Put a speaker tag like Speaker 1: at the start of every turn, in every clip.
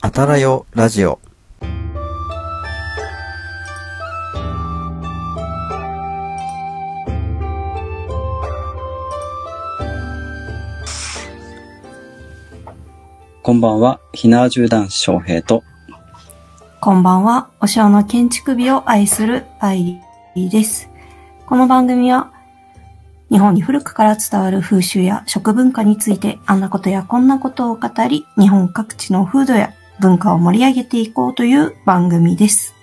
Speaker 1: あたらよラジオ。
Speaker 2: こんばんは、ひなわじゅう男子翔平と、
Speaker 3: こんばんは。お城の建築美を愛するパイリーです。この番組は、日本に古くから伝わる風習や食文化について、あんなことやこんなことを語り、日本各地の風土や文化を盛り上げていこうという番組です。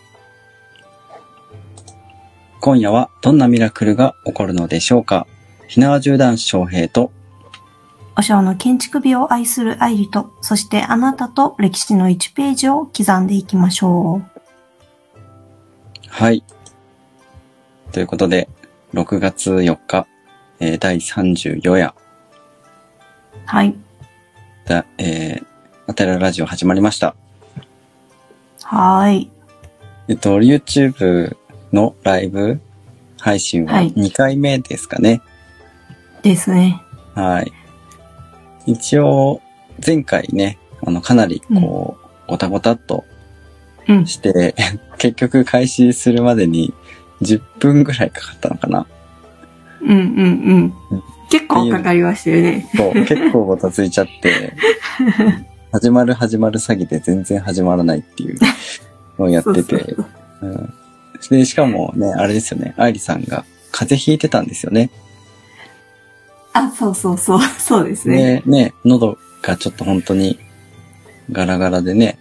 Speaker 2: 今夜はどんなミラクルが起こるのでしょうか。ひなわじゅう男子翔平と、
Speaker 3: お城の建築美を愛する愛理と、そしてあなたと歴史の1ページを刻んでいきましょう。
Speaker 2: はい。ということで、6月4日、えー第34夜、
Speaker 3: はい。
Speaker 2: だえー、あたらラジオ始まりました。
Speaker 3: はーい。
Speaker 2: えっと、YouTube のライブ配信は
Speaker 3: はい
Speaker 2: 2回目ですかね。
Speaker 3: ですね。
Speaker 2: はい。一応、前回ね、あの、かなりこう、ごたごたっと
Speaker 3: うん。
Speaker 2: して、 結局開始するまでに10分ぐらいかかったのかな。
Speaker 3: うんうんうん。結構かかりましたよね。
Speaker 2: そう 結構ごたついちゃって、始まる始まる詐欺で全然始まらないっていうのをやって
Speaker 3: そう
Speaker 2: て。うんで、しかもね、あれですよね、愛理さんが風邪ひいてたんですよね。
Speaker 3: あ、そうそうそう。 そうですね。
Speaker 2: で、ね、喉がちょっと本当にガラガラでね、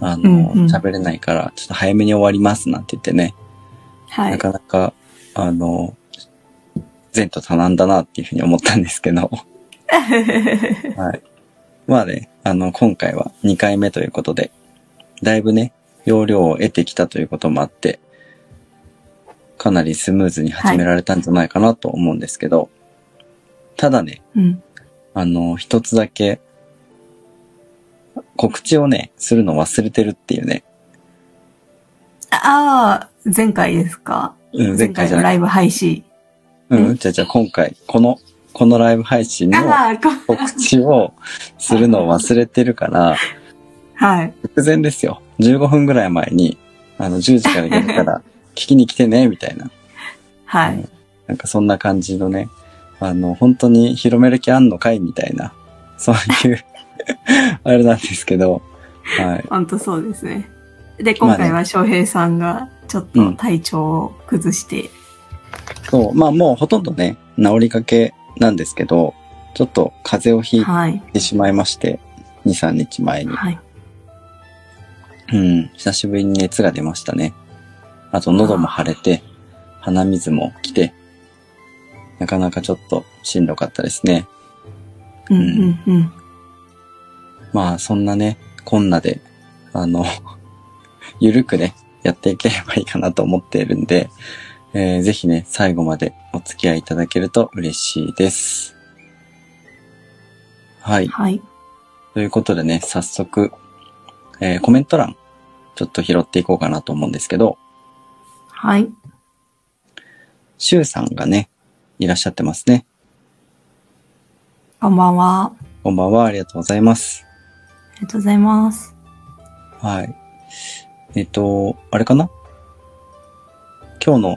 Speaker 2: あの、
Speaker 3: うんうん
Speaker 2: 喋れないから、ちょっと早めに終わりますなんて言ってね、
Speaker 3: は。
Speaker 2: ないかなか、あの、前途多難だなっていうふうに思ったんですけ ど、はい。まあね、あの、今回は2回目ということで、だいぶね、容量を得てきたということもあって、かなりスムーズに始められたんじゃないかなと思うんですけど、ただね、
Speaker 3: うん。
Speaker 2: あの、一つだけ、告知をね、するの忘れてるっていうね。
Speaker 3: ああ、前回ですか
Speaker 2: うん、前回じゃ
Speaker 3: の
Speaker 2: な
Speaker 3: ラ
Speaker 2: い。
Speaker 3: イブ配信。
Speaker 2: うん、じゃあじゃあ今回、この、このライブ配信の
Speaker 3: ああ、こ、
Speaker 2: 告知をするのを忘れてるから、
Speaker 3: はい。
Speaker 2: 直前ですよ。15分ぐらい前に、あの、10時からやるから、聞きに来てね、みたいな。
Speaker 3: は
Speaker 2: うん
Speaker 3: い。
Speaker 2: なんかそんな感じのね、あの、本当に広める気あんのかいみたいな、そういう、あれなんですけど、はい。
Speaker 3: ほんとそうですね。で、今回
Speaker 2: ま
Speaker 3: は翔平さんがちょっと体調を崩して、
Speaker 2: そう、まあもうほとんどね、治りかけなんですけど、ちょっと風邪をひ
Speaker 3: はい。
Speaker 2: いてしまいまして、2、3日前に。
Speaker 3: はい。
Speaker 2: うん、久しぶりに熱が出ましたね。あと喉も腫れて、鼻水も来て、なかなかちょっとしんどかったですね。
Speaker 3: うんうんうん。
Speaker 2: まあそんなね、こんなで、あの、 ゆるくね、やっていければいいかなと思っているんで、えーぜひね、最後までお付き合いいただけると嬉しいです。はい。
Speaker 3: はい。
Speaker 2: ということでね、早速、えーコメント欄、ちょっと拾っていこうかなと思うんですけど、
Speaker 3: はい。
Speaker 2: シュウさんがね、いらっしゃってますね。
Speaker 3: こんばんは。
Speaker 2: こんばんは、ありがとうございます。
Speaker 3: ありがとうございます。
Speaker 2: はい。えっ、と、あれかな今日の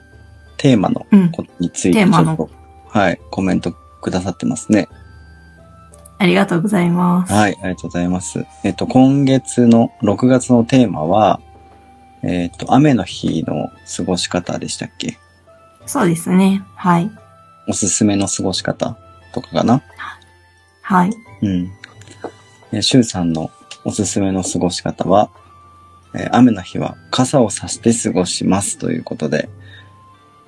Speaker 2: テーマの
Speaker 3: うん。
Speaker 2: ことについて
Speaker 3: テー
Speaker 2: ち
Speaker 3: マ
Speaker 2: ょ
Speaker 3: の
Speaker 2: っと、はい、コメントくださってますね。
Speaker 3: ありがとうございます。
Speaker 2: はい、ありがとうございます。えっ、と、今月の6月のテーマは、えっ、と、雨の日の過ごし方でしたっけ
Speaker 3: そうですね。はい。
Speaker 2: おすすめの過ごし方とかかな
Speaker 3: はい。
Speaker 2: うん。え、シュウさんのおすすめの過ごし方は、えー雨の日は傘を差して過ごしますということで、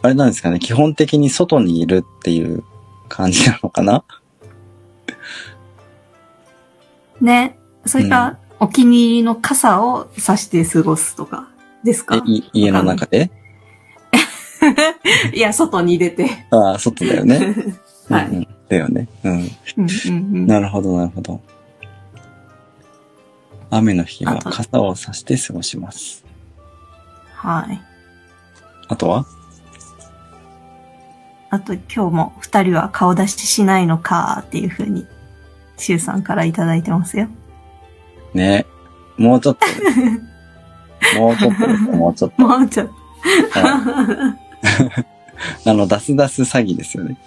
Speaker 2: あれなんですかね、基本的に外にいるっていう感じなのかな
Speaker 3: ね。それから、お気に入りの傘を差して過ごすとか、ですか
Speaker 2: えい家の中で
Speaker 3: いや、外に出て。
Speaker 2: ああ、外だよね。
Speaker 3: はい
Speaker 2: うんうんだよね。うん。
Speaker 3: うんうんうん。
Speaker 2: なるほど、なるほど。雨の日は傘を差して過ごします。
Speaker 3: はい。
Speaker 2: あとは
Speaker 3: あと今日も二人は顔出ししないのかっていうふうに、シュウさんからいただいてますよ。
Speaker 2: ね。もうちょっと です。もうちょっとです。もうちょっ
Speaker 3: もうちょっ
Speaker 2: と。はいあの、ダスダス詐欺ですよね。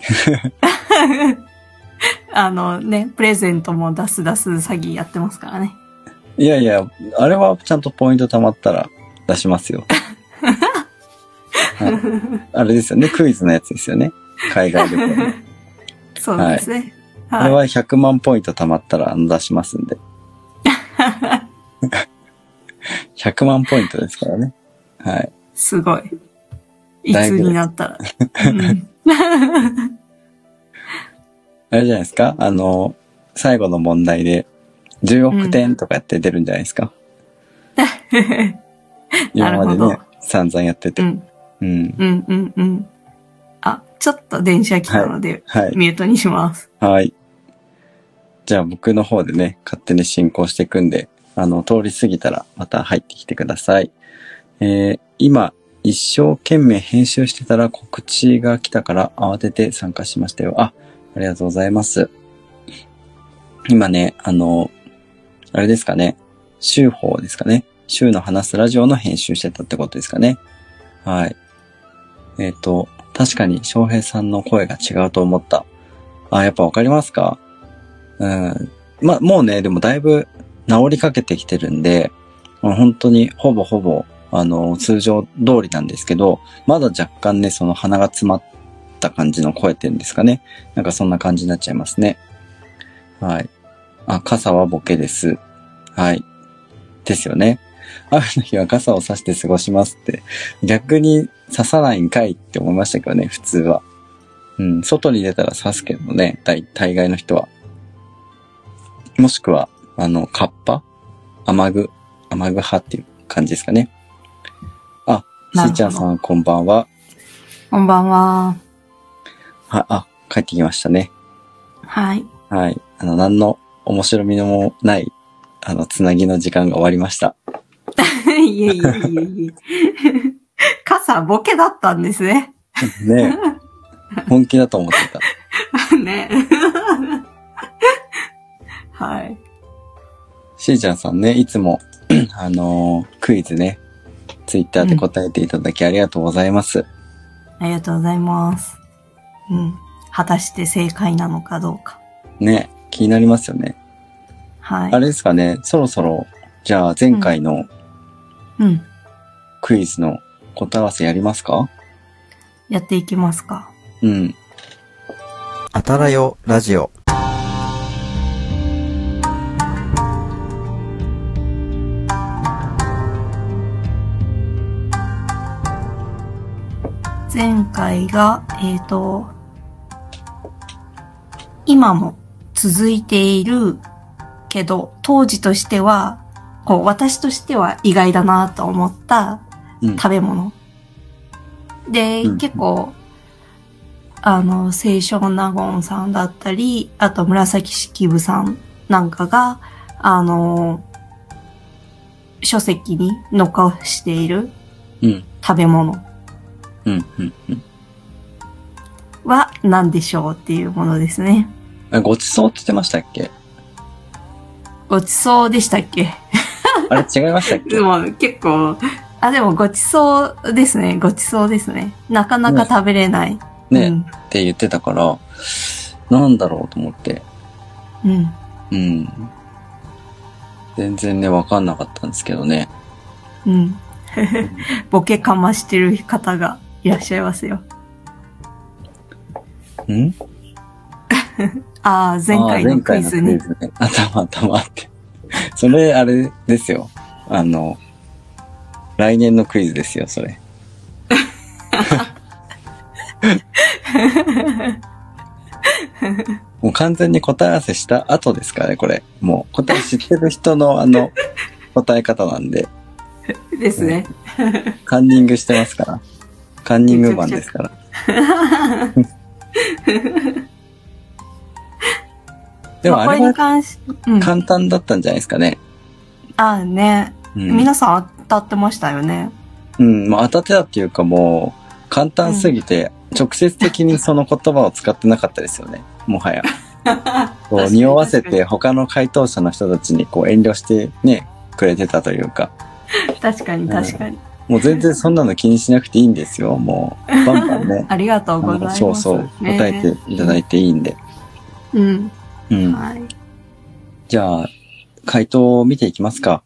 Speaker 3: と。あのね、プレゼントも出す出す詐欺やってますからね。
Speaker 2: いやいや、あれはちゃんとポイント貯まったら出し ますよ。はい、あれですよね、クイズのやつですよね。海外旅行。
Speaker 3: そうですね。
Speaker 2: あれ
Speaker 3: はい
Speaker 2: は100万ポイント貯まったらあの出しますんで。100万ポイントですからね。はい。
Speaker 3: すごい。い
Speaker 2: だい
Speaker 3: つ
Speaker 2: ぶ
Speaker 3: になっ たら。うん、
Speaker 2: あれじゃないですかあの、最後の問題で、10億点とかやって出るんじゃないですか、
Speaker 3: なる
Speaker 2: 今
Speaker 3: ほ
Speaker 2: ま
Speaker 3: ど
Speaker 2: でね、散々やってて。
Speaker 3: う
Speaker 2: うん。
Speaker 3: ん、うん、うん、うん。あ、ちょっと電車来たので、
Speaker 2: はい。
Speaker 3: ミュートにします。
Speaker 2: はい。じゃあ僕の方でね、勝手に進行していくんで、あの、通り過ぎたらまた入ってきてください。えー今、一生懸命編集してたら告知が来たから慌てて参加しましたよ。あ、ありがとうございます。今ね、あの、あれですかね、週報ですかね。週の話すラジオの編集してたってことですかね。はい。えっ、と、確かに翔平さんの声が違うと思った。あ、やっぱわかりますかうん。まあ、もうね、でもだいぶ治りかけてきてるんで、まあ本当にほぼほぼ、あの、通常通りなんですけど、まだ若干ね、その鼻が詰まった感じの声っていうんですかね。なんかそんな感じになっちゃいますね。はい。あ、傘はボケです。はい。ですよね。雨の日は傘を差して過ごしますって。逆に刺さないんかいって思いましたけどね、普通は。うん、外に出たら刺すけどね、大大概の人は。もしくは、あの、カッパ雨具雨具派っていう感じですかね。あ、し
Speaker 3: なるほど
Speaker 2: ーちゃんさんこんばんは。
Speaker 3: こんばんは。
Speaker 2: は、あ、帰ってきましたね。
Speaker 3: はい。
Speaker 2: はい。あの、何の面白みもない、あの、つなぎの時間が終わりました。
Speaker 3: いえいえいえいえ。傘ボケだったんですね。
Speaker 2: ねえ本気だと思ってた。
Speaker 3: ね。はい。
Speaker 2: しーちゃんさんね、いつも、 あのークイズね、ツイッターで答えていただきありがとうございます。
Speaker 3: ありがとうございます。うん。果たして正解なのかどうか。
Speaker 2: ねえ気になりますよね。
Speaker 3: はい。
Speaker 2: あれですかね、そろそろ、じゃあ前回の
Speaker 3: うん。
Speaker 2: クイズの答え合わせやりますか
Speaker 3: やっていきますか。
Speaker 2: うん。
Speaker 1: あたらよラジオ。
Speaker 3: 前回が、えっ、と、今も続いているけど、当時としては、こう、私としては意外だなと思った
Speaker 2: うん
Speaker 3: 食べ物。で、
Speaker 2: うん
Speaker 3: 結構、あの、清少納言さんだったり、あと紫式部さんなんかが、あの、書籍に残している
Speaker 2: うん。
Speaker 3: 食べ物
Speaker 2: うん。うん。うん
Speaker 3: は何でしょうっていうものですね。
Speaker 2: あ。ごちそうって言ってましたっけ
Speaker 3: ごちそうでしたっけ
Speaker 2: あれ違いましたっけ
Speaker 3: でも結構、あ、でもごちそうですね。ごちそうですね。なかなか食べれない。
Speaker 2: ねえって言ってたから、なんだろうと思って。
Speaker 3: うん。う
Speaker 2: う
Speaker 3: ん。
Speaker 2: ん。全然ね、わかんなかったんですけどね。
Speaker 3: うん。 ボケかましてる方がいらっしゃいますよ。
Speaker 2: ん
Speaker 3: ああ、前回のクイズに。
Speaker 2: あー前回のクイズね。 頭頭って。それ、あれですよ。あの、来年のクイズですよ、そ れ。もう完全に答え合わせした後ですからね、これ。もう答え知ってる人のあの、答え方なんで、
Speaker 3: ですね。
Speaker 2: カンニングしてますから。カンニングマンですから。でも
Speaker 3: まあ
Speaker 2: あれ
Speaker 3: これ
Speaker 2: は
Speaker 3: に関し、うん。あ
Speaker 2: 簡単だったんじゃないですかね。
Speaker 3: あね、
Speaker 2: うん。
Speaker 3: 皆さん当たってましたよね。
Speaker 2: うん、まあ当たってたっていうかもう、簡単すぎて、直接的にその言葉を使ってなかったですよね。もはや。こう、匂わせて他の回答者の人たちにこう遠慮してね、くれてたというか、
Speaker 3: 確かに確かに。。
Speaker 2: もう全然そんなの気にしなくていいんですよ。もう、バンバンね
Speaker 3: ありがとう ございます。
Speaker 2: そうそう、
Speaker 3: ね
Speaker 2: 答えていただいていいんで。
Speaker 3: うん。
Speaker 2: うん。
Speaker 3: はい。
Speaker 2: じゃあ、回答を見ていきますか。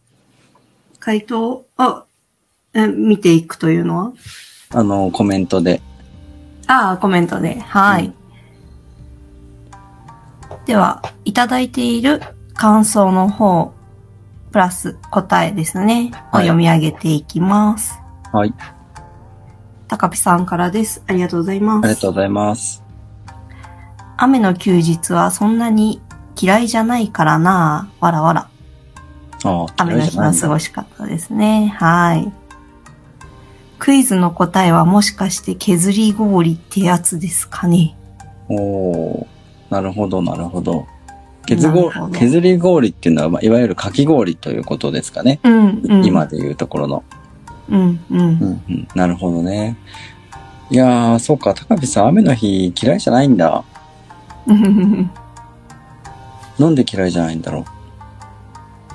Speaker 3: 回答、あ、え見ていくというのは
Speaker 2: あの、コメントで。
Speaker 3: ああ、コメントで。はい。では、いただいている感想の方、プラス答えですね。を
Speaker 2: はい
Speaker 3: 読み上げていきます。
Speaker 2: はい。
Speaker 3: 高ピさんからです。ありがとうございます。
Speaker 2: ありがとうございます。
Speaker 3: 雨の休日はそんなに嫌いじゃないからなぁ。わらわら。
Speaker 2: ああ、
Speaker 3: 雨の日の過
Speaker 2: い。
Speaker 3: ごし方ですね。はい。クイズの答えはもしかして削り氷ってやつですかね。
Speaker 2: おーなるほど、なるほど。削
Speaker 3: なる
Speaker 2: ご
Speaker 3: ほど
Speaker 2: 削り氷っていうのは、まあ、いわゆるかき氷ということですかね。
Speaker 3: うん、うん。
Speaker 2: 今。でいうところの。
Speaker 3: うん、う
Speaker 2: う。
Speaker 3: ん
Speaker 2: んうん、なるほどね。いやー、そうか、高部さん、雨の日嫌いじゃないんだ。なんで嫌いじゃないんだろ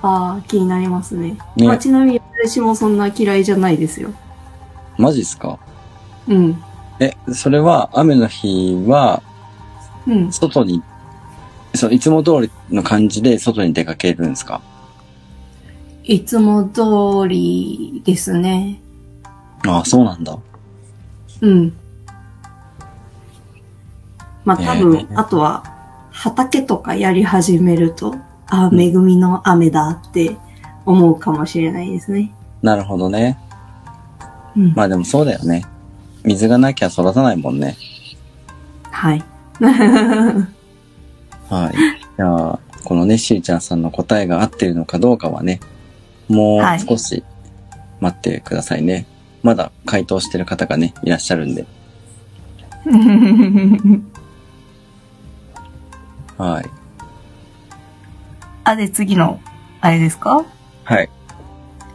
Speaker 3: ああ、気になりますね。
Speaker 2: う。ね、
Speaker 3: まあ、ちなみに私もそんな嫌いじゃないですよ。
Speaker 2: マジっすか
Speaker 3: うん。
Speaker 2: え、それは、雨の日は、
Speaker 3: うん。
Speaker 2: 外に、そう、いつも通りの感じで外に出かけるんですか
Speaker 3: いつも通りですね。
Speaker 2: ああ、そうなんだ。
Speaker 3: うん。まあ
Speaker 2: えー
Speaker 3: 多分、あとは、畑とかやり始めると、ああ、恵みの雨だって思うかもしれないですね。
Speaker 2: なるほどね。
Speaker 3: うん。
Speaker 2: まあでもそうだよね。水がなきゃ育たないもんね。
Speaker 3: はい。
Speaker 2: はい。じゃあ、このね、しーちゃんさんの答えが合ってるのかどうかはね、もう
Speaker 3: はい
Speaker 2: 少し待ってくださいね。まだ回答してる方がね、いらっしゃるんで。はい。
Speaker 3: あ、で、次の、あれですか
Speaker 2: はい。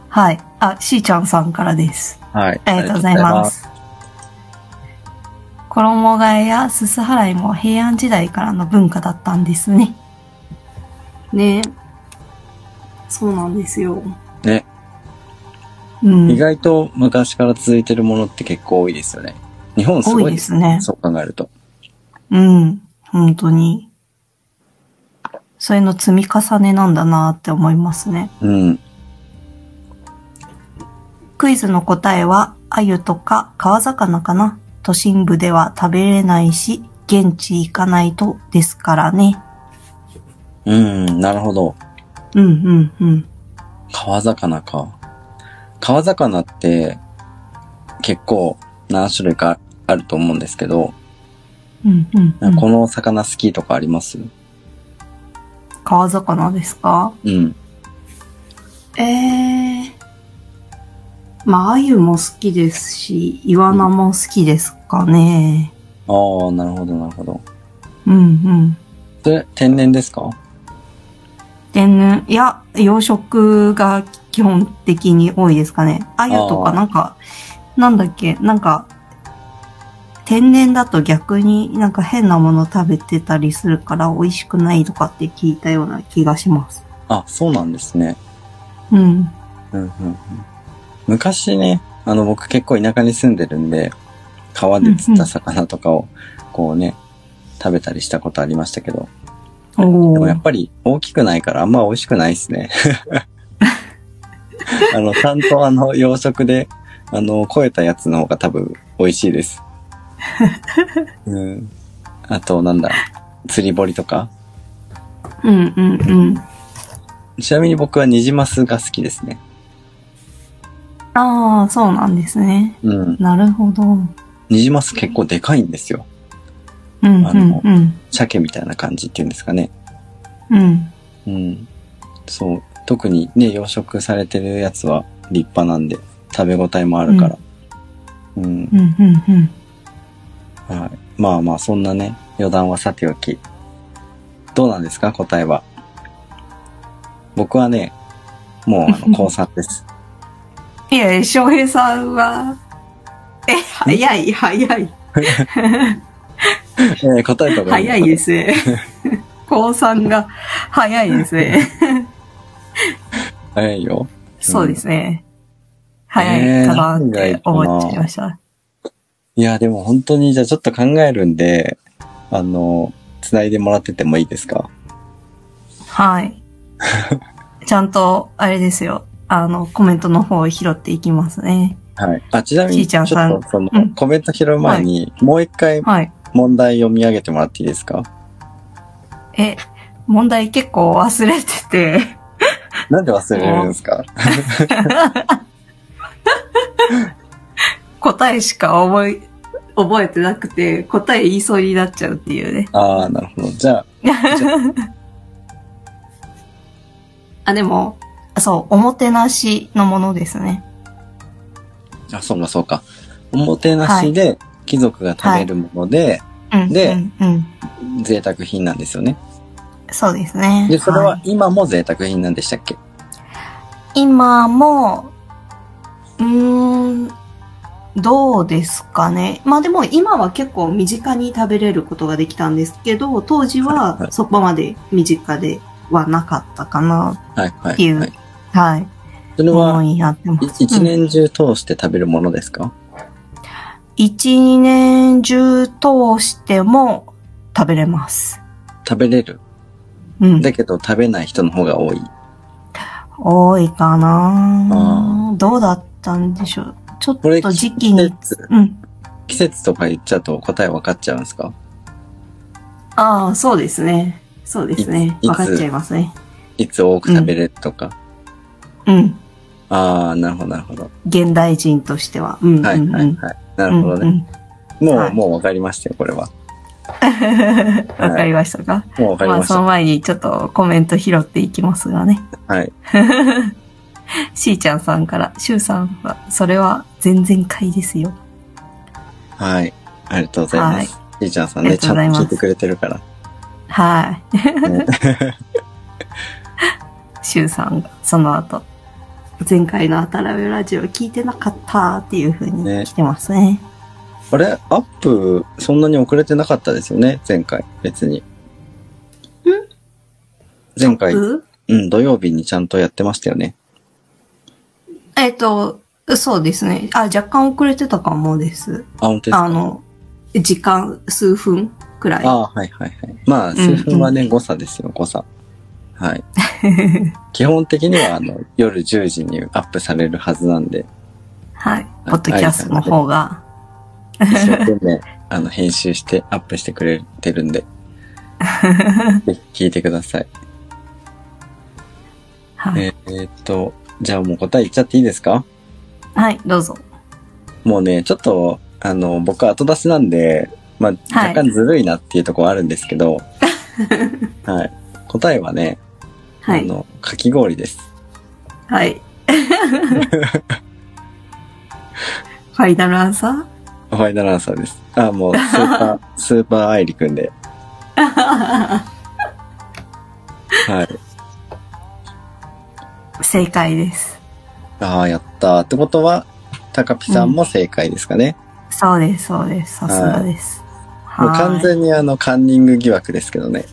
Speaker 3: はい。あ、しーちゃんさんからです。
Speaker 2: はい。
Speaker 3: ありがとうございます。衣替えやすす払いも平安時代からの文化だったんですね。ねそうなんですよ。
Speaker 2: ありがとうございま
Speaker 3: う
Speaker 2: す。ね。意
Speaker 3: ん。
Speaker 2: 外と昔から続いてるものって結構多いですよね。日本す
Speaker 3: 多
Speaker 2: ご
Speaker 3: い
Speaker 2: い
Speaker 3: で
Speaker 2: ですす
Speaker 3: ね。
Speaker 2: そう考えると。
Speaker 3: うん。本当に。それの積み重ねなんだなって思いますね。
Speaker 2: うん。
Speaker 3: クイズの答えは、鮎とか川魚かな。都心部では食べれないし、現地行かないとですからね。
Speaker 2: うん、なるほど。
Speaker 3: うんうんうん。
Speaker 2: 川魚か。川魚って結構何種類かあると思うんですけど、
Speaker 3: うんうん、うん。
Speaker 2: この魚好きとかあります
Speaker 3: 川魚ですか
Speaker 2: うん。
Speaker 3: ええまあ、鮎も好きですし、イワナも好きですかね。
Speaker 2: ああ、なるほど、なるほど。
Speaker 3: うんうん。
Speaker 2: それ、天然ですか
Speaker 3: 天然、いや、養殖が基本的に多いですかね。鮎と
Speaker 2: あ
Speaker 3: か
Speaker 2: ー
Speaker 3: なんか、なんだっけ、なんか、天然だと逆になんか変なもの食べてたりするから美味しくないとかって聞いたような気がします。
Speaker 2: あ、そうなんですね。
Speaker 3: うん。
Speaker 2: うん、うん、うん。昔ね、あの、僕結構田舎に住んでるんで、川で釣った魚とかを、こうね、食べたりしたことありましたけど、
Speaker 3: お
Speaker 2: でもや
Speaker 3: ー
Speaker 2: っぱり大きくないからあんま美味しくないです ね。あの、ちゃんとあの、養殖で、あの、超えたやつの方が多分美味しい です。うん。あと、なんだ、釣り堀とか。
Speaker 3: うんうんうん。
Speaker 2: ちなみに僕はニジマスが好きですね。
Speaker 3: ああ、そうなんですね。
Speaker 2: うん。
Speaker 3: なるほど。うん
Speaker 2: ニジマス結構でかいんですよ。
Speaker 3: うん
Speaker 2: あの
Speaker 3: うん。
Speaker 2: 鮭みたいな感じっていうんですかね。
Speaker 3: うん。
Speaker 2: うん。そう。特にね、養殖されてるやつは立派なんで、食べ応えもあるから。うん
Speaker 3: うんうんうん。
Speaker 2: はい。まあまあ、そんなね、余談はさておき。どうなんですか答えは。僕はね、もう、あ の、高3です。
Speaker 3: いやいや、翔平さんは、え、早い、早い、
Speaker 2: えー答えとか
Speaker 3: 早いですね。高3が早いですね。
Speaker 2: 早いよ。
Speaker 3: そうですね。早いかなって思っちゃいました。
Speaker 2: いや、でも本当にじゃあちょっと考えるんで、あの、繋いでもらっててもいいですか
Speaker 3: はい。 ちゃんと、あれですよ。あの、コメントの方を拾っていきますね。
Speaker 2: はい。あ、ちなみ
Speaker 3: し
Speaker 2: に、
Speaker 3: ー
Speaker 2: ち
Speaker 3: ち
Speaker 2: ょ
Speaker 3: ゃん
Speaker 2: っ
Speaker 3: さん
Speaker 2: とその、
Speaker 3: うん
Speaker 2: コメント拾う前に、もう一回
Speaker 3: はい。
Speaker 2: 問題読み上げてもらっていいですか
Speaker 3: え、問題結構忘れてて。
Speaker 2: なんで忘れるんですか
Speaker 3: 答えしか覚え、覚えてなくて、答え言いそうになっちゃうっていうね。
Speaker 2: ああ、なるほど。じゃあ、
Speaker 3: あ、でも、そう、おもてなしのものですね。
Speaker 2: あ、そうかそうか。おもてなしで、貴族が食べるもので、
Speaker 3: うん。
Speaker 2: で
Speaker 3: うん、うん。
Speaker 2: 贅沢品なんですよね。
Speaker 3: そうですね。
Speaker 2: で、それ
Speaker 3: い
Speaker 2: は今も贅沢品なんでしたっけ
Speaker 3: 今も、うーん、どうですかね。まあでも今は結構身近に食べれることができたんですけど、当時
Speaker 2: はいは
Speaker 3: はいそこまで身近ではなかったかな。
Speaker 2: はいはい、
Speaker 3: っていう
Speaker 2: はい。
Speaker 3: はい。
Speaker 2: それ
Speaker 3: 思
Speaker 2: は、
Speaker 3: いやってま
Speaker 2: い
Speaker 3: す。
Speaker 2: 一
Speaker 3: うん
Speaker 2: 年中通して食べるものですか、
Speaker 3: 一年中通しても食べれます。
Speaker 2: 食べれる。
Speaker 3: うん。
Speaker 2: だけど食べない人の方が多い。
Speaker 3: 多いかなどうだったんでしょう。ちょっ
Speaker 2: これ、
Speaker 3: と時期に
Speaker 2: 季。節、
Speaker 3: うん。
Speaker 2: 季節とか言っちゃうと答え分かっちゃうんですか
Speaker 3: ああ、そうですね。そうですね。
Speaker 2: いつ
Speaker 3: 分かっちゃいますね。
Speaker 2: いつ多く食べれるとか。
Speaker 3: うん。
Speaker 2: ああ、なるほど、なるほど。
Speaker 3: 現代人としては。うんうんうん。
Speaker 2: はい、はい、はい。なるほどね。もう、
Speaker 3: はい
Speaker 2: もう分かりましたよ、これは。
Speaker 3: うんうん。わかりましたか、
Speaker 2: もう分かり
Speaker 3: まあ、
Speaker 2: まし
Speaker 3: そ
Speaker 2: た。
Speaker 3: の前にちょっとコメント拾っていきますがね。
Speaker 2: はい。
Speaker 3: しーちゃんさんから、しゅうさんは、それは前々回ですよ。
Speaker 2: はい。ありがとうございます。じいちゃんさん
Speaker 3: あ
Speaker 2: ね、
Speaker 3: りが
Speaker 2: ち
Speaker 3: とう
Speaker 2: ゃ
Speaker 3: ござい
Speaker 2: ん
Speaker 3: ま
Speaker 2: と
Speaker 3: す
Speaker 2: 聞いてくれてるから。
Speaker 3: は
Speaker 2: ね
Speaker 3: い。しゅうさんが、その後、前回のあたらべラジオ聞いてなかったっていう風に来てますね。
Speaker 2: あれアップ、そんなに遅れてなかったですよね前回、別に。前回、う、
Speaker 3: うん
Speaker 2: 土曜日にちゃんとやってましたよね。
Speaker 3: えっと、そうですね。あ、若干遅れてたかもです。
Speaker 2: あ、本当ですか
Speaker 3: あの、時間、数分くらい。
Speaker 2: あはいはいはい。まあ、
Speaker 3: ん
Speaker 2: 数分はね、誤差ですよ、誤差。はい。基本的には、あの、夜10時にアップされるはずなんで、
Speaker 3: はい。ポッドキャストの方が。
Speaker 2: 一生懸命、あの、編集してアップしてくれて るんで、ぜひ聞いてください。
Speaker 3: はい。
Speaker 2: えーえーっと、じゃあもう答え言っちゃっていいですか
Speaker 3: はい、どうぞ。
Speaker 2: もうね、ちょっと、あの、僕後出しなんで、まあ、
Speaker 3: はい
Speaker 2: 若干ずるいなっていうところはあるんですけ ど、はい。答えはね、
Speaker 3: は
Speaker 2: あ
Speaker 3: い。
Speaker 2: の、かき氷です。
Speaker 3: はい。ファイナルアンサ
Speaker 2: ファイナルアンサーです。あ、もう、スー パー、スーパーアイリくんで。
Speaker 3: ー
Speaker 2: はい。
Speaker 3: 正解です。
Speaker 2: ああ、やったー。ってことは、タカピさんも正解ですかね。
Speaker 3: そうです、そうです。さすがです。はい。
Speaker 2: もう完全にあの、カンニング疑惑ですけどね。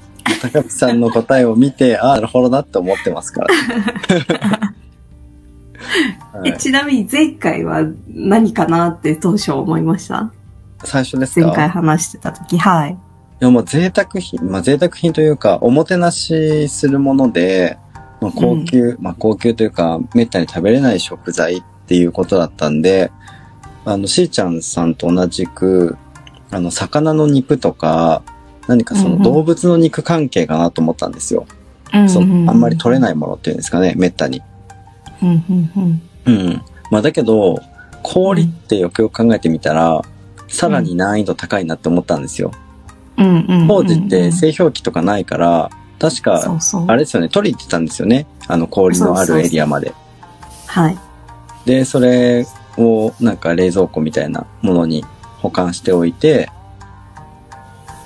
Speaker 2: タカピさんの答えを見て、ああ、なるほどなって思ってます から。は
Speaker 3: え
Speaker 2: い、
Speaker 3: ちなみに前回は何かなって当初思いました
Speaker 2: 最初です
Speaker 3: 前回
Speaker 2: か
Speaker 3: 話してた時。はい。
Speaker 2: いや、もう贅沢品、まあ、贅沢品というか、おもてなしするもので、まあ、高級、まあ、高級というか、めったに食べれない食材っていうことだったんで、あの、しーちゃんさんと同じく、あの、魚の肉とか、何かそ
Speaker 3: うんう
Speaker 2: の
Speaker 3: ん
Speaker 2: 動物の肉関係かなと思ったんですよ。そのあんまり取れ
Speaker 3: ない。
Speaker 2: ないものっていうんですかね、めったに。
Speaker 3: うんうんうん
Speaker 2: うん。まあ、だけど、氷ってよくよく考えてみたら、さらに難易度高いなって思ったんですよ。
Speaker 3: うんうんうんうん
Speaker 2: 当時って製氷機とかないから、確
Speaker 3: そ
Speaker 2: か、
Speaker 3: うそう
Speaker 2: あれですよね、取り行ってたんですよね。あの、氷のあるエリアまで。
Speaker 3: はい。
Speaker 2: で、それを、なんか冷蔵庫みたいなものに保管しておいて、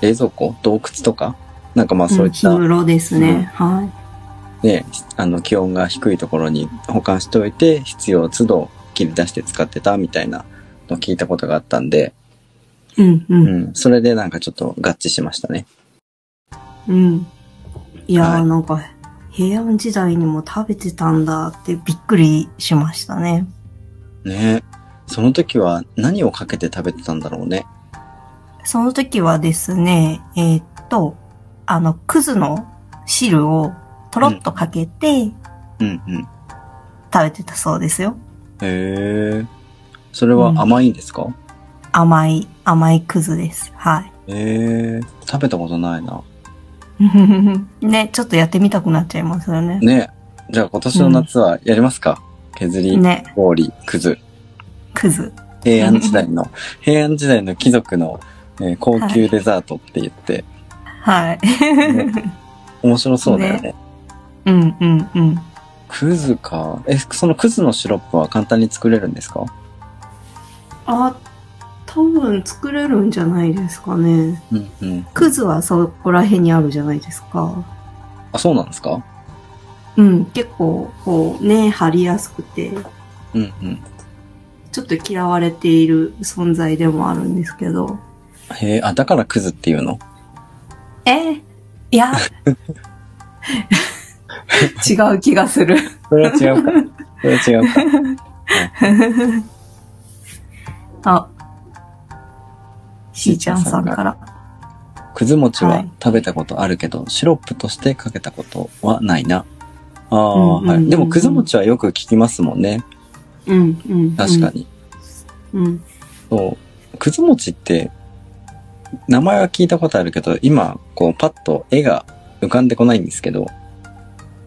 Speaker 2: 冷蔵庫洞窟とかなんかまあそういっ
Speaker 3: 日
Speaker 2: た、
Speaker 3: 室ですね。はい。
Speaker 2: ね、あの、気温が低いところに保管しておいて、必要都度切り出して使ってたみたいなのを聞いたことがあったんで、
Speaker 3: うんう。
Speaker 2: うんん、それでなんかちょっと合致しましたね。
Speaker 3: うん。いやー、
Speaker 2: はい
Speaker 3: なんか平安時代にも食べてたんだってびっくりしましたね。
Speaker 2: ねその時は何をかけて食べてたんだろうね。
Speaker 3: その時はですね、えーっと、あの、くずの汁をとろっとかけて
Speaker 2: うんうん。
Speaker 3: 食べてたそうですよ。
Speaker 2: へえ。それは甘いんですか、
Speaker 3: 甘い、甘いくずです。はい。
Speaker 2: へえ。食べたことないな。
Speaker 3: ね、ちょっとやってみたくなっちゃいますよね。
Speaker 2: ねじゃあ今年の夏はやりますか、削り、
Speaker 3: ね、
Speaker 2: 氷、くず。
Speaker 3: くず。
Speaker 2: 平安時代 の、平安時代の貴族の、えー高級デザートって言って、
Speaker 3: はい。
Speaker 2: ね 面白そうだよね。
Speaker 3: うんうんうん。
Speaker 2: くずか。え、そのくずのシロップは簡単に作れるんですか
Speaker 3: あ、多分作れるんじゃないですかね。
Speaker 2: うんうん。
Speaker 3: くずはそこら辺にあるじゃないですか。
Speaker 2: あ、そうなんですか
Speaker 3: うん、結構、こう、ね、張りやすくて、
Speaker 2: うんうん。
Speaker 3: ちょっと嫌われている存在でもあるんですけど。
Speaker 2: へえ、あ、だからくずっていうの
Speaker 3: えい や、違う気がする。
Speaker 2: それは違うか。 それは違うか。
Speaker 3: あ、しーちゃんさんから。
Speaker 2: くず餅
Speaker 3: は
Speaker 2: はい食べたことあるけど、シロップとしてかけたことはないな。ああ、
Speaker 3: うんうんうんうん
Speaker 2: はい。でもくず餅はよく聞きますもんね。
Speaker 3: うん、うん。
Speaker 2: 確かに。
Speaker 3: に。うん。
Speaker 2: そう。くず餅って、名前は聞いたことあるけど、今、こう、パッと絵が浮かんでこないんですけど、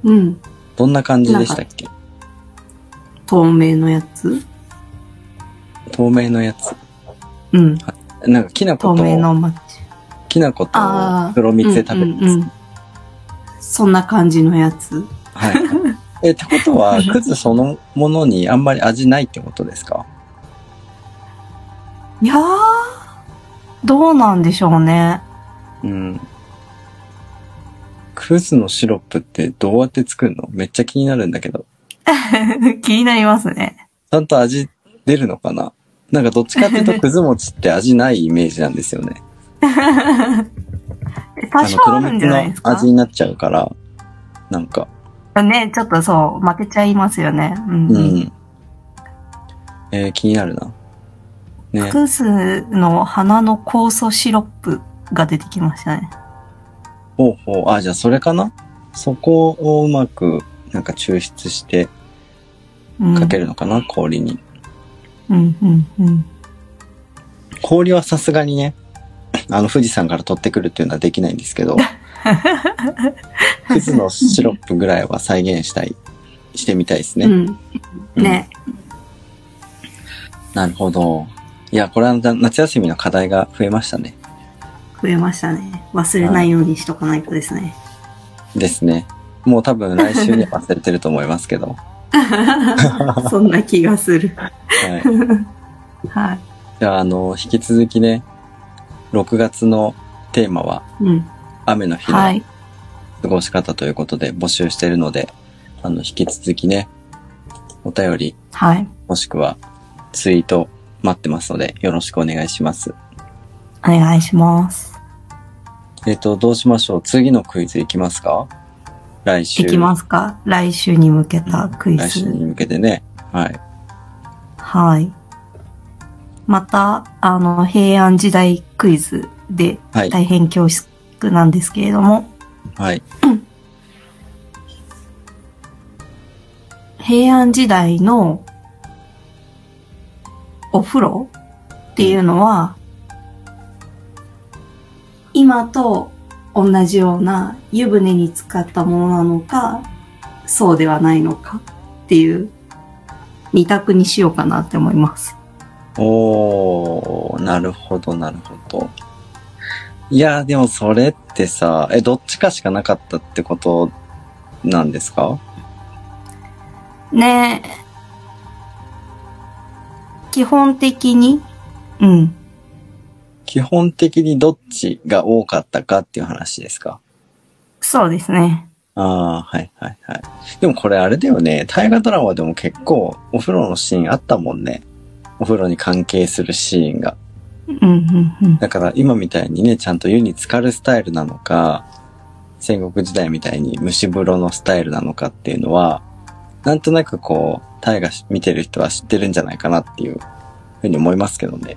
Speaker 3: うん。
Speaker 2: どんな感じでしたっけ
Speaker 3: 透明のやつ
Speaker 2: 透明のやつ。
Speaker 3: うん。
Speaker 2: なんか、きな粉
Speaker 3: 透
Speaker 2: と、
Speaker 3: 明のマッチ。
Speaker 2: きな粉と
Speaker 3: あー
Speaker 2: 黒蜜で食べるんです。
Speaker 3: うんうんうんそんな感じのやつ。
Speaker 2: はい。え、ってこと は、くずそのものにあんまり味ないってことですか
Speaker 3: いやー、どうなんでしょうね。
Speaker 2: うん。クズのシロップってどうやって作るのめっちゃ気になるんだけど。
Speaker 3: 気になりますね。
Speaker 2: ちゃんと味出るのかななんかどっちかっていうと、くず餅って味ないイメージなんですよね。
Speaker 3: 多少あ
Speaker 2: の
Speaker 3: るんじ
Speaker 2: 黒
Speaker 3: ゃない
Speaker 2: 蜜
Speaker 3: です
Speaker 2: の
Speaker 3: か
Speaker 2: 味になっちゃうから、なんか、
Speaker 3: ね、ちょっとそう、負けちゃいますよね。うん。
Speaker 2: う
Speaker 3: うん
Speaker 2: ん。えー、気になるな。ね。
Speaker 3: クスの花の酵素シロップが出てきましたね。
Speaker 2: ほうほう。あ、じゃあそれかなそこをうまく、なんか抽出して
Speaker 3: うん、
Speaker 2: かけるのかな、氷に。
Speaker 3: うん、うん、うん。
Speaker 2: 氷はさすがにね、あの富士山から取ってくるっていうのはできないんですけ ど、くずのシロップぐらいは再現したい、してみたいですね。
Speaker 3: うん。ね。
Speaker 2: なるほど。いや、これは夏休みの課題が増えましたね。
Speaker 3: 増えましたね。忘れないようにしとかないとですね。
Speaker 2: ですね。もう多分来週には忘れてると思いますけ ど。
Speaker 3: そんな気がする。
Speaker 2: はい。
Speaker 3: は。
Speaker 2: じゃあ、あの、引き続きね、6月のテーマはい
Speaker 3: うん。
Speaker 2: 雨の日の
Speaker 3: はい。
Speaker 2: 過ごし方ということで募集してるので、あの、引き続きね、お便り
Speaker 3: はい。
Speaker 2: もしくはツイート待ってますので、よろしくお願いします。
Speaker 3: お願いします。
Speaker 2: えっ、と、どうしましょう次のクイズいきますか来週。
Speaker 3: いきますか来週に向けたクイ
Speaker 2: 来週
Speaker 3: ズ。
Speaker 2: に向けてね。はい。
Speaker 3: はい。また、あの、平安時代クイズで
Speaker 2: はい。
Speaker 3: 大変恐縮なんですけれども、
Speaker 2: はい。
Speaker 3: 平安時代のお風呂っていうのは、今と同じような湯船に使ったものなのか、そうではないのかっていう二択にしようかなって思います。
Speaker 2: おー、なるほど、なるほど。いやー、でもそれってさ、え、どっちかしかなかったってことなんですか
Speaker 3: ねえ。基本的に、うん。
Speaker 2: 基本的にどっちが多かったかっていう話ですか
Speaker 3: そうですね。
Speaker 2: ああ、はいはいはい。でもこれあれだよね。大河ドラマでも結構お風呂のシーンあったもんね。お風呂に関係するシーンが。
Speaker 3: うん、うん、うん。
Speaker 2: だから今みたいにね、ちゃんと湯に浸かるスタイルなのか、戦国時代みたいに蒸し風呂のスタイルなのかっていうのは、なんとなくこう、タイが見てる人は知ってるんじゃないかなっていうふうに思いますけどね。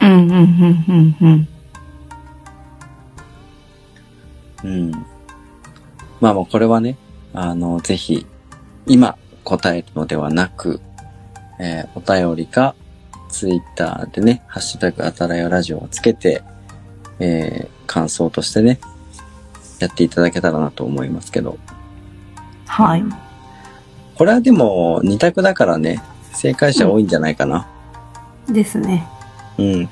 Speaker 3: うんうんうんうんうん。
Speaker 2: うん。まあもうこれはね、あの、ぜひ、今答えるのではなく、えーお便りか、ツイッターでね、ハッシュタグあたらよラジオをつけて、えー感想としてね、やっていただけたらなと思いますけど。
Speaker 3: はい。
Speaker 2: これはでも、二択だからね、正解者多いんじゃないかな。
Speaker 3: ですね。
Speaker 2: うん。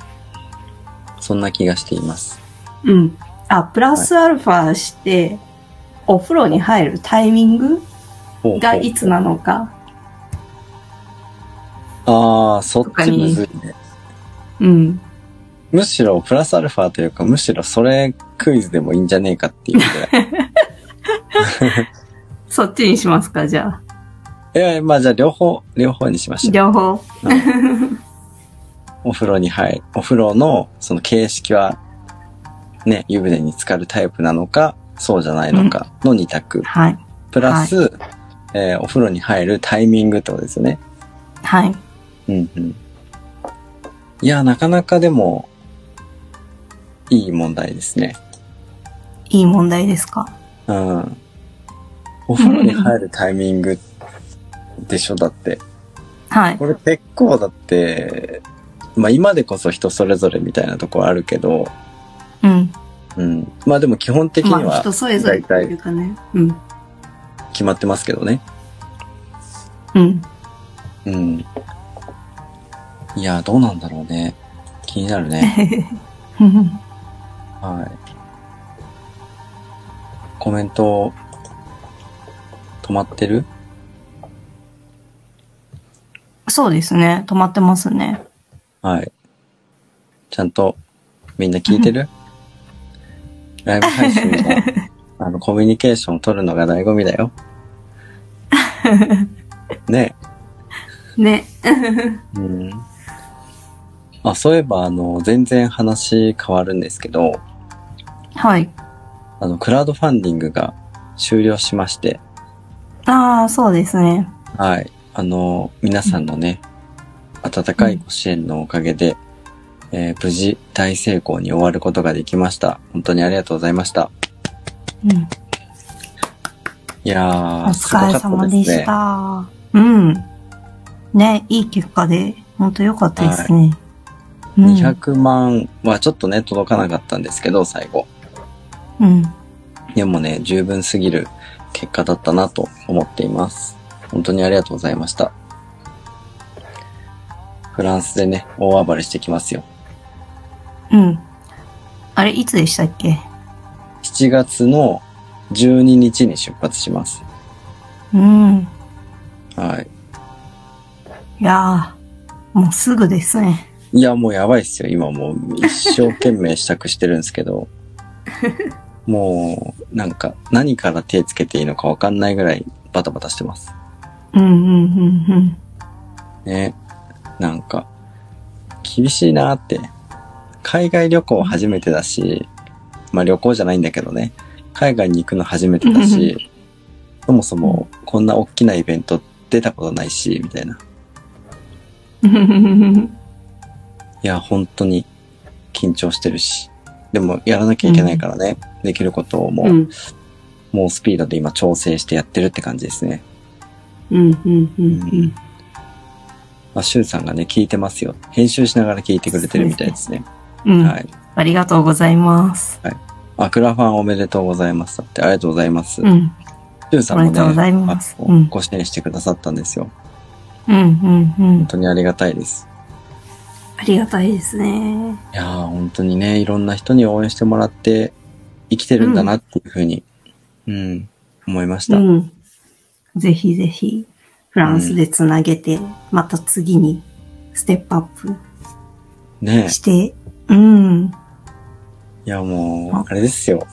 Speaker 2: そんな気がしています。
Speaker 3: うん。あ、プラスアルファして、お風呂に入るタイミング
Speaker 2: ほうほう
Speaker 3: がいつなのか。
Speaker 2: ああ、そっちむずいね。
Speaker 3: うん。
Speaker 2: むしろプラスアルファというか、むしろそれクイズでもいいんじゃねえかっていうぐらい。
Speaker 3: そっちにしますか、じゃあ。
Speaker 2: いやいや、まあじゃあ両方、両方にしましょ
Speaker 3: 両方。
Speaker 2: う。うん お風呂に入る、お風呂のその形式は、ね、湯船に浸かるタイプなのか、そうじゃないのかの2択。
Speaker 3: はい。
Speaker 2: プラス、えーお風呂に入るタイミングってことですよね。
Speaker 3: はい。
Speaker 2: うんうん。いや、なかなかでも、いい問題ですね。
Speaker 3: いい問題ですか。
Speaker 2: うん。お風呂に入るタイミングでしょだって。
Speaker 3: はい。
Speaker 2: これ結構だって、まあ今でこそ人それぞれみたいなところあるけど、
Speaker 3: うん。
Speaker 2: うん。まあでも基本的に
Speaker 3: まあ、
Speaker 2: は
Speaker 3: 人それぞれというかね。うん。
Speaker 2: 決まってますけどね。
Speaker 3: うん。
Speaker 2: うん。いや、どうなんだろうね。気になるね。
Speaker 3: うん
Speaker 2: はい。コメント、止まってる
Speaker 3: そうですね。止まってますね。
Speaker 2: はい。ちゃんと、みんな聞いてるライブ配信は、あの、コミュニケーションを取るのが醍醐味だよ。ね
Speaker 3: ね。
Speaker 2: え。うん。あ、そういえば、あの、全然話変わるんですけど、
Speaker 3: はい。
Speaker 2: あの、クラウドファンディングが終了しまして、
Speaker 3: ああ、そうですね。
Speaker 2: はい。あの、皆さんのね、温かいご支援のおかげで、えー無事大成功に終わることができました。本当にありがとうございました。
Speaker 3: うん。
Speaker 2: いやー、
Speaker 3: お疲れ
Speaker 2: すごか
Speaker 3: 様
Speaker 2: った
Speaker 3: ですし
Speaker 2: ね。
Speaker 3: た。うん。ね、いい結果で、ほんと良かったですね。うん。
Speaker 2: 200万はちょっとね、届かなかったんですけど、最後。
Speaker 3: うん。
Speaker 2: でもね、十分すぎる結果だったなと思っています。本当にありがとうございました。フランスでね、大暴れしてきますよ。
Speaker 3: うん。あれ、いつでしたっけ
Speaker 2: 7月の12日に出発します。
Speaker 3: うん。
Speaker 2: はい。
Speaker 3: いやー、もうすぐですね。
Speaker 2: いや、もうやばいっすよ。今もう一生懸命支度してるんですけ ど。もう、なんか、何から手つけていいのかわかんないぐらいバタバタしてます。
Speaker 3: うんうんうんうん。
Speaker 2: ね。なんか、厳しいなーって。海外旅行初めてだし、まあ旅行じゃないんだけどね。海外に行くの初めてだし、そもそもこんな大きなイベント出たことないし、みたいな。いや、本当に緊張してるし。でも、やらなきゃいけないからね。できることをもう、
Speaker 3: うん。
Speaker 2: もうスピードで今調整してやってるって感じですね。
Speaker 3: うんうんうんうん。
Speaker 2: まあ、シュウさんがね、聞いてますよ。編集しながら聞いてくれてるみたいですね。
Speaker 3: うん、
Speaker 2: はい。
Speaker 3: ありがとうございます。
Speaker 2: アクラファンおめでとうございます。だって、ありがとうございます。
Speaker 3: う
Speaker 2: シ
Speaker 3: ん。
Speaker 2: ュウさんも
Speaker 3: おめでとうござい
Speaker 2: ね、
Speaker 3: ます
Speaker 2: あ
Speaker 3: うん
Speaker 2: ご支援してくださったんですよ。
Speaker 3: うんうんう
Speaker 2: 本
Speaker 3: ん。
Speaker 2: 当にありがたいです。
Speaker 3: ありがたいですね。
Speaker 2: いやー、本当にね、いろんな人に応援してもらって、生きてるんだなっていうふうに、うん、思いました。
Speaker 3: うん。ぜひぜひ、フランスでつなげて、また次にステップアッ
Speaker 2: ね
Speaker 3: プして、うん。
Speaker 2: いや、もう、あれですよ。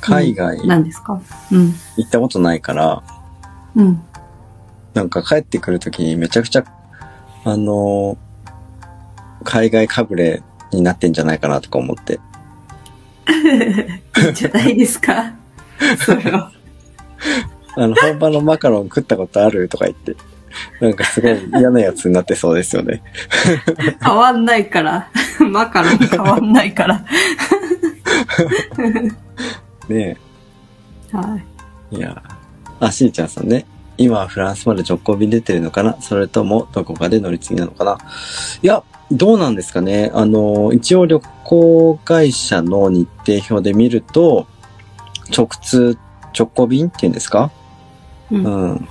Speaker 2: 海外行
Speaker 3: 何ですかうん。
Speaker 2: ったことないから、
Speaker 3: うん。
Speaker 2: なんか帰ってくるときにめちゃくちゃ、あのー海外かぶれになってんじゃないかなとか思って。
Speaker 3: いいんじゃないですか。それは。
Speaker 2: あの、本場のマカロン食ったことあるとか言って、なんかすごい嫌なやつになってそうですよね。
Speaker 3: 変わんないから。 マカロン変わんないから。
Speaker 2: ね
Speaker 3: は
Speaker 2: え。
Speaker 3: い。
Speaker 2: いや。あ、しーちゃんさんね。今はフランスまで直行便出てるのかなそれともどこかで乗り継ぎなのかないや、どうなんですかねあの、一応旅行会社の日程表で見ると、直通、直行便っていうんですか
Speaker 3: うん
Speaker 2: うん。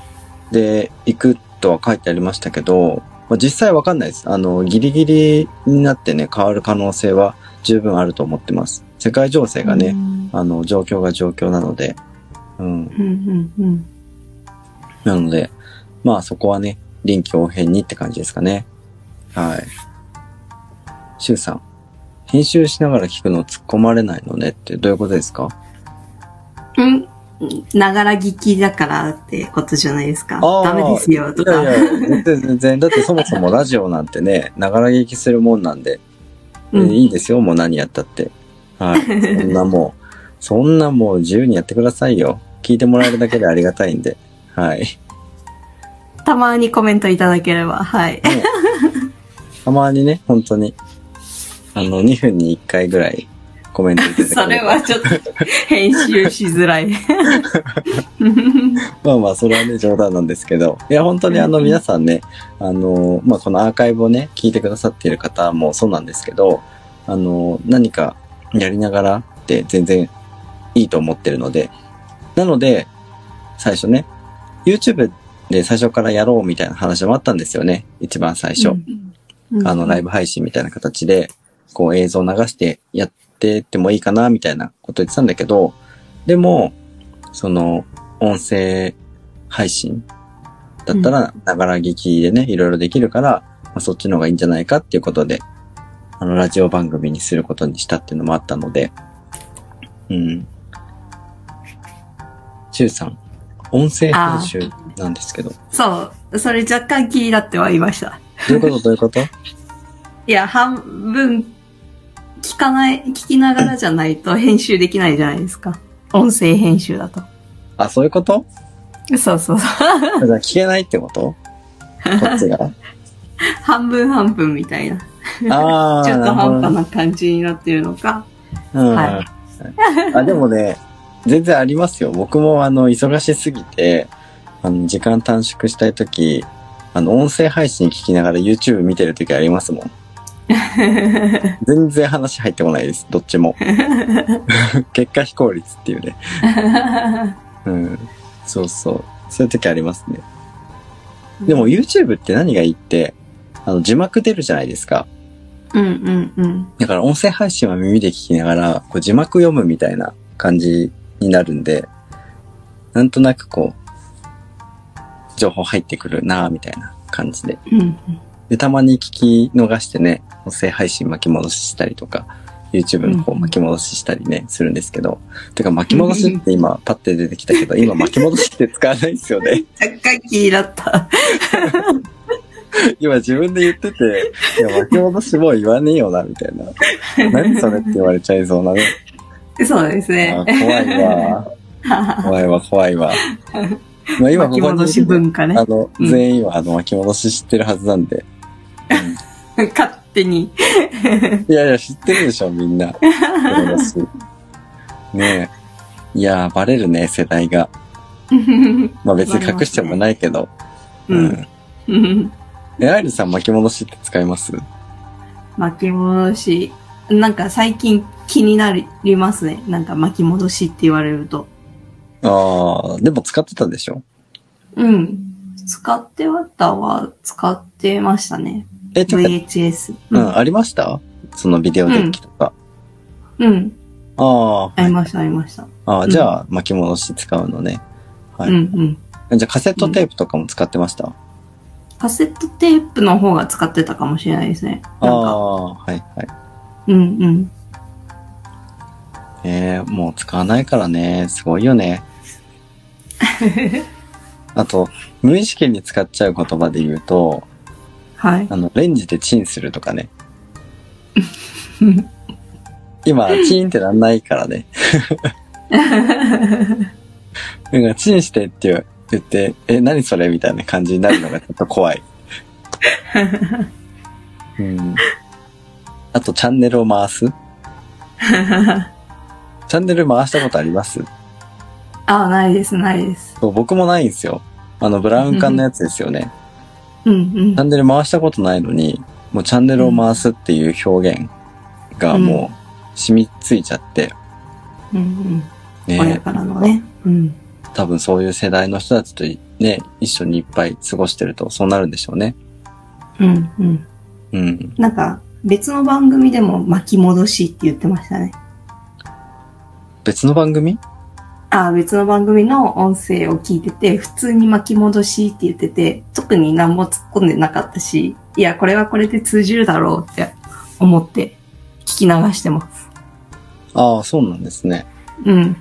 Speaker 2: で、行くとは書いてありましたけど、まあ、実際わかんないです。あの、ギリギリになってね、変わる可能性は十分あると思ってます。世界情勢が
Speaker 3: う
Speaker 2: ね、
Speaker 3: ん
Speaker 2: あの、状況が状況なので、うん。
Speaker 3: うんうんうん。
Speaker 2: なので、まあそこはね、臨機応変にって感じですかね。はい。シュウさん。編集しながら聞くの突っ込まれないのねってどういうことですか
Speaker 3: うん。ながら聞きだからってことじゃないですか。
Speaker 2: あー
Speaker 3: ダメですよと
Speaker 2: いやい
Speaker 3: か。
Speaker 2: や、 全然全然。だってそもそもラジオなんてね、ながら聞きするもんなんで、
Speaker 3: うん
Speaker 2: いいですよ、もう何やったって。はい。 そんなもう、そんなもう自由にやってくださいよ。聞いてもらえるだけでありがたいんで。はい。
Speaker 3: たまにコメントいただければ。はい。
Speaker 2: たまにね、本当に、あの、2分に1回ぐらいコメントいただければ
Speaker 3: それはちょっと編集しづらい。
Speaker 2: まあまあ、それはね、冗談なんですけど。いや、本当にあの、
Speaker 3: うん
Speaker 2: 皆さんね、あの、まあ、このアーカイブをね、聞いてくださっている方もそうなんですけど、あの、何かやりながらって全然いいと思ってるので、なので、最初ね、YouTube で最初からやろうみたいな話もあったんですよね。一番最初。あの、ライ
Speaker 3: ブ。
Speaker 2: ブ配信みたいな形で、こう映像を流してやってってもいいかな、みたいなこと言ってたんだけど、でも、その、音声配信だったら、ながら聞きでね、いろいろできるから、まあ、そっちの方がいいんじゃないかっていうことで、あの、ラジオ番組にすることにしたっていうのもあったので、うん。ちゅうさん、音声編集なんですけど、ど
Speaker 3: そう。それ若干気になってはいました。
Speaker 2: ういうことどういうこと
Speaker 3: いや、半分、聞かない、聞きながらじゃないと編集できないじゃないですか。音声編集だと。
Speaker 2: あ、そういうこと
Speaker 3: そうそうそう。
Speaker 2: だから聞けないってことこっちが。
Speaker 3: 半分半分みたいな。
Speaker 2: ああ、
Speaker 3: 中途半
Speaker 2: なる
Speaker 3: 端な感じになってるのか。
Speaker 2: ほどね。うん
Speaker 3: は
Speaker 2: あ、でもね、全然ありますよ。僕もあの、忙しすぎて、あの、時間短縮したいとき、あの、音声配信聞きながら YouTube 見てるときありますもん。全然話入ってこないです。どっちも。結果非効率っていうね。うん。そうそう。そういう時ありますね。でも YouTube って何がいいって、あの、字幕出るじゃないですか。
Speaker 3: うんうんうん。
Speaker 2: だから音声配信は耳で聞きながら、こう字幕読むみたいな感じになるんで、なんとなくこう、情報入ってくるなぁみたいな感じで。
Speaker 3: うんうん。
Speaker 2: で、たまに聞き逃してね、音声配信巻き戻ししたりとか、YouTube の方
Speaker 3: うん
Speaker 2: 巻き戻ししたりね、するんですけど。てか巻き戻しって今パッて出てきたけど、今巻き戻しって使わないですよね。
Speaker 3: 若干気にな った。
Speaker 2: 今自分で言ってて、いや巻き戻しもう言わねえよな、みたいな。何それって言われちゃいそうなね。
Speaker 3: そうです
Speaker 2: あ
Speaker 3: ね。
Speaker 2: 怖いわ。 怖いわ、怖いわ。 まあ今こ
Speaker 3: 巻き
Speaker 2: こに
Speaker 3: 戻し文化ね
Speaker 2: あ。の、
Speaker 3: うん
Speaker 2: 全員はあの巻き戻し知ってるはずなんで。
Speaker 3: 勝手に。
Speaker 2: いやいや、知ってるでしょ、みんな。巻き戻し。 ねえ。いやー、バレるね、世代が。
Speaker 3: うん
Speaker 2: まあ別に隠してもないけど。
Speaker 3: う
Speaker 2: うんん。え、アイルさん巻き戻しって使います
Speaker 3: 巻き戻し。なんか最近気になりますね。なんか巻き戻しって言われると。
Speaker 2: ああ、でも使ってたでしょ
Speaker 3: うん。使ってはったは使ってましたね。
Speaker 2: え、てか、
Speaker 3: VHS。
Speaker 2: う
Speaker 3: うん
Speaker 2: ん、。ありましたそのビデオデッキとか。
Speaker 3: うん。
Speaker 2: ああ、
Speaker 3: ありました、ありました。
Speaker 2: ああ、
Speaker 3: うん
Speaker 2: じゃあ巻き戻し使うのね。は
Speaker 3: う
Speaker 2: い。
Speaker 3: んうん。
Speaker 2: じゃあカセットテープとかも使ってました、
Speaker 3: カセットテープの方が使ってたかもしれないですね。
Speaker 2: あ
Speaker 3: なんか、
Speaker 2: あ、はいはい。
Speaker 3: うんうん。
Speaker 2: えー、もう使わないからね、すごいよね。あと、無意識に使っちゃう言葉で言うと、
Speaker 3: はい。
Speaker 2: あの、レンジでチンするとかね。今、チーンってなんないからね。なんか、チンしてって言って、え、何それみたいな感じになるのがちょっと怖い。うん。あと、チャンネルを回すチャンネル回したことあります
Speaker 3: あ、ないです、ないです。
Speaker 2: そう僕もないんですよ。あの、ブラウン管のやつですよね。
Speaker 3: うん
Speaker 2: チャンネル回したことないのに、もうチャンネルを回すっていう表現がもう染みついちゃって、
Speaker 3: うん。うんうん。これ
Speaker 2: ね、
Speaker 3: からのね。うん。
Speaker 2: 多分そういう世代の人たちとね、一緒にいっぱい過ごしてるとそうなるんでしょうね。
Speaker 3: うんうん。
Speaker 2: うん。
Speaker 3: なんか、別の番組でも巻き戻しって言ってましたね。
Speaker 2: 別の番組
Speaker 3: あ別の番組の音声を聞いてて、普通に巻き戻しって言ってて、特に何も突っ込んでなかったし、いや、これはこれで通じるだろうって思って聞き流してます。
Speaker 2: ああ、そうなんですね。
Speaker 3: うん。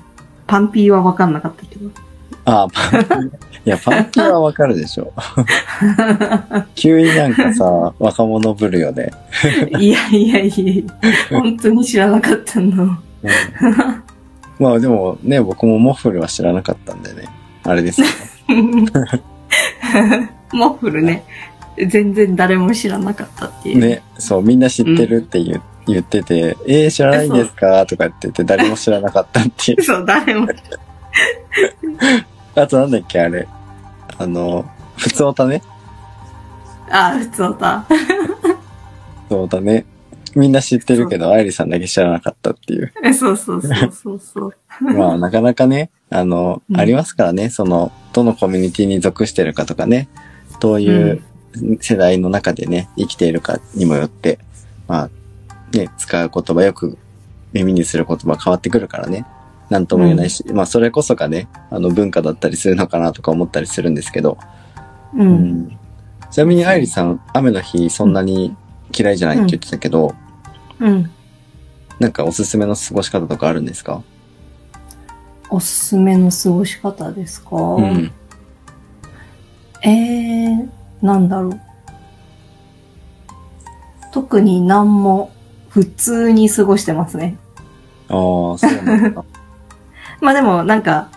Speaker 3: パンピーは分かんなかったけど。
Speaker 2: ああ、パンピー。 いや、パンピーはわかるでし ょ。急になんかさ、若者ぶるよね。
Speaker 3: いやいやいやいや、本当に知らなかったの。
Speaker 2: うん まあでもね、僕もモッフルは知らなかったんでね。あれですけど。
Speaker 3: モッフルね、全然誰も知らなかったっていう。。
Speaker 2: ね、そう、みんな知ってるって言,、う言ってて、えー、知らないんですかとかって言って、誰も知らなかったっていう
Speaker 3: そう、誰も。
Speaker 2: あとなんだっけ、あれ。あの、普通おたね。
Speaker 3: あ、普通だ。
Speaker 2: 普通おたね。みんな知ってるけど、愛理さんだけ知らなかったっていう。
Speaker 3: そうそうそうそうそう。
Speaker 2: まあ、なかなかね、あの、
Speaker 3: うん
Speaker 2: ありますからね、その、どのコミュニティに属してるかとかね、どういう世代の中でね、生きているかにもよって、まあ、ね、使う言葉よく耳にする言葉変わってくるからね、なんとも言えないし、まあ、それこそがね、あの、文化だったりするのかなとか思ったりするんですけど、
Speaker 3: う。
Speaker 2: うんちなみに、愛理さん、雨の日そんなに嫌いじゃないって言ってたけど、
Speaker 3: うん。
Speaker 2: なんかおすすめの過ごし方とかあるんですか
Speaker 3: おすすめの過ごし方ですか、
Speaker 2: うん。
Speaker 3: えー、なんだろう。特に何も普通に過ごしてますね。
Speaker 2: ああ、そうなんだ。
Speaker 3: まあでもなんか、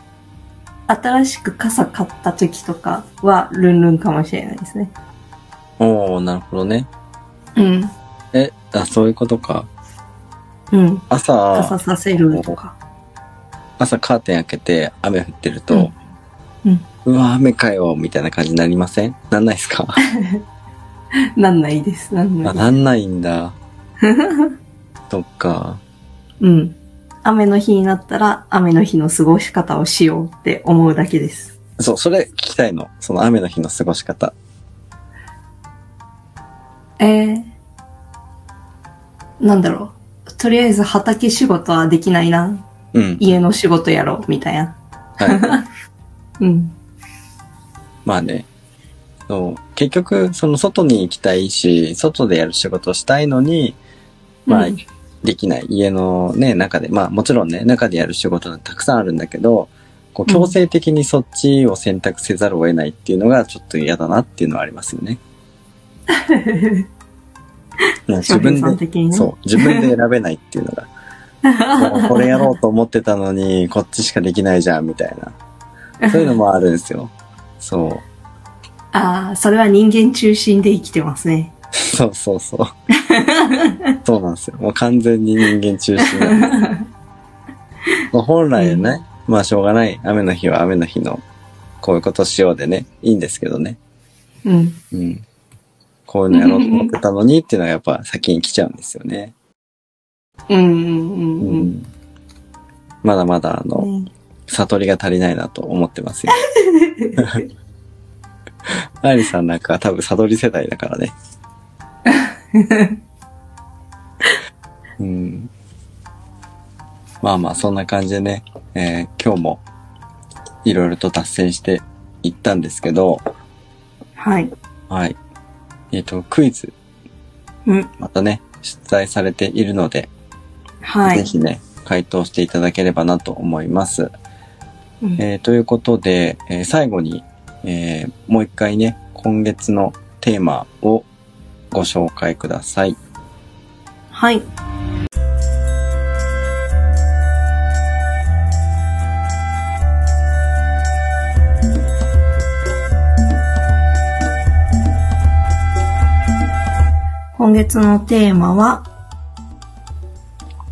Speaker 3: 新しく傘買った時とかはルンルンかもしれないですね。
Speaker 2: おー、なるほどね。
Speaker 3: うん。
Speaker 2: え、あ、そういうことか。
Speaker 3: うん。
Speaker 2: 朝
Speaker 3: 傘、させるとか。
Speaker 2: 朝カーテン開けて雨降ってると、
Speaker 3: うん
Speaker 2: うわ、雨かよ、みたいな感じになりませんなんないっす か
Speaker 3: なんないです。なんな
Speaker 2: あ、
Speaker 3: いです。
Speaker 2: なんないん だ。そっか。
Speaker 3: うん。雨の日になったら雨の日の過ごし方をしようって思うだけです。
Speaker 2: そう、それ聞きたいの。その雨の日の過ごし方。
Speaker 3: えー、なんだろう。とりあえず畑仕事はできないな。
Speaker 2: うん。
Speaker 3: 家の仕事やろう、みたいな。
Speaker 2: はい。
Speaker 3: うん。
Speaker 2: まあね。そう結局、その外に行きたいし、外でやる仕事をしたいのに、まあ、
Speaker 3: うん
Speaker 2: できない。家のね、中で、まあもちろんね、中でやる仕事がたくさんあるんだけど、こう
Speaker 3: うん
Speaker 2: 強制的にそっちを選択せざるを得ないっていうのがちょっと嫌だなっていうのはありますよね。もう自
Speaker 3: 自分
Speaker 2: 分
Speaker 3: さん
Speaker 2: で、
Speaker 3: 的にね。
Speaker 2: そう、自分で選べないっていうのが。もうこれやろうと思ってたのに、こっちしかできないじゃん、みたいな。そういうのもあるんですよ。そう。
Speaker 3: ああ、それは人間中心で生きてますね。
Speaker 2: そうそうそう。そうなんですよ。もう完全に人間中心なんです。まあ本来ね、まあしょうがない。雨の日は雨の日の、こういうことしようでね、いいんですけどね。
Speaker 3: うん。
Speaker 2: うん。こういうのやろうと思ってたのにっていうのがやっぱ先に来ちゃうんですよね。
Speaker 3: うんうんうん
Speaker 2: う
Speaker 3: うん。
Speaker 2: ん。まだまだあの、
Speaker 3: ね
Speaker 2: 悟りが足りないなと思ってますよ。アイリさんなんか多分悟り世代だ からね。うん。まあまあ、そんな感じでね、えー今日もいろいろと達成していったんですけど、
Speaker 3: はい。
Speaker 2: はい。えっ、と、クイズ、
Speaker 3: うん。
Speaker 2: またね、出題されているので、
Speaker 3: は
Speaker 2: ぜ
Speaker 3: い。
Speaker 2: ひね、回答していただければなと思います。
Speaker 3: うん
Speaker 2: えーということで、えー最後に、えーもう一回ね、今月のテーマをご紹介ください。
Speaker 3: はい。今月のテーマは、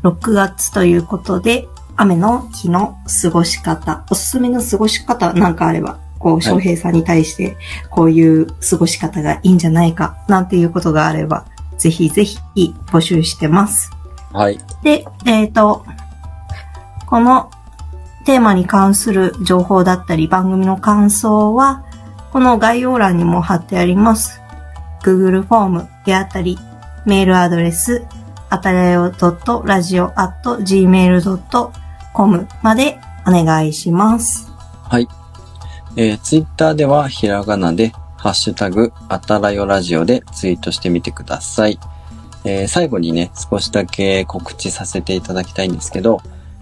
Speaker 3: 6月ということで、雨の日の過ごし方、おすすめの過ごし方なんかあれば、こう、翔平さんに対して、こういう過ごし方がいいんじゃないか、なんていうことがあれば、ぜひぜひ募集してます。
Speaker 2: はい。
Speaker 3: で、えっ、と、このテーマに関する情報だったり番組の感想は、この概要欄にも貼ってあります。Google フォームであったり、メールアドレス、あたらよ .radio.gmail.com までお願いします。
Speaker 2: はい。えー、ツイッターではひらがなで、ハッシュタグ、あたらよラジオでツイートしてみてください。えー、最後にね、少しだけ告知させていただきたいんですけど、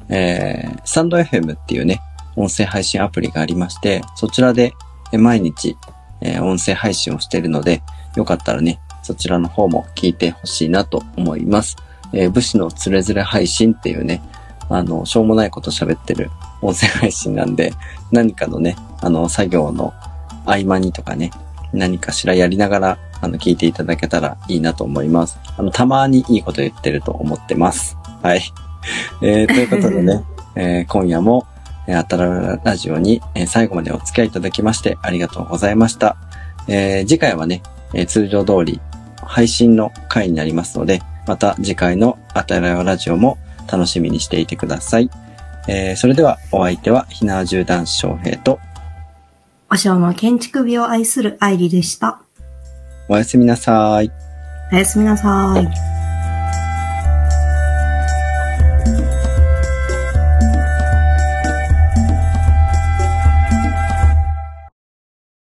Speaker 2: えー、スタンド FM っていうね、音声配信アプリがありまして、そちらでえー毎日、えー音声配信をしているので、よかったらね、そちらの方も聞いてほしいなと思います。えー、武士のつれづれ配信っていうね、あの、しょうもないこと喋ってる音声配信なんで、 何かのね、あの、作業の合間にとかね、何かしらやりながら、あの、聞いていただけたらいいなと思います。あの、たまにいいこと言ってると思ってます。はい。 えーということでね、 えー今夜も、えー、あたらラジオに、えー最後までお付き合いいただきましてありがとうございました。えー次回はね、えー通常通り配信の回になりますので、また次回のあたらラジオも楽しみにしていてください。えーそれではお相手は、ひなわじゅう男子翔平と、
Speaker 3: お城の建築美を愛する愛理でした。
Speaker 2: おやすみなさい。
Speaker 3: おやすみなさい。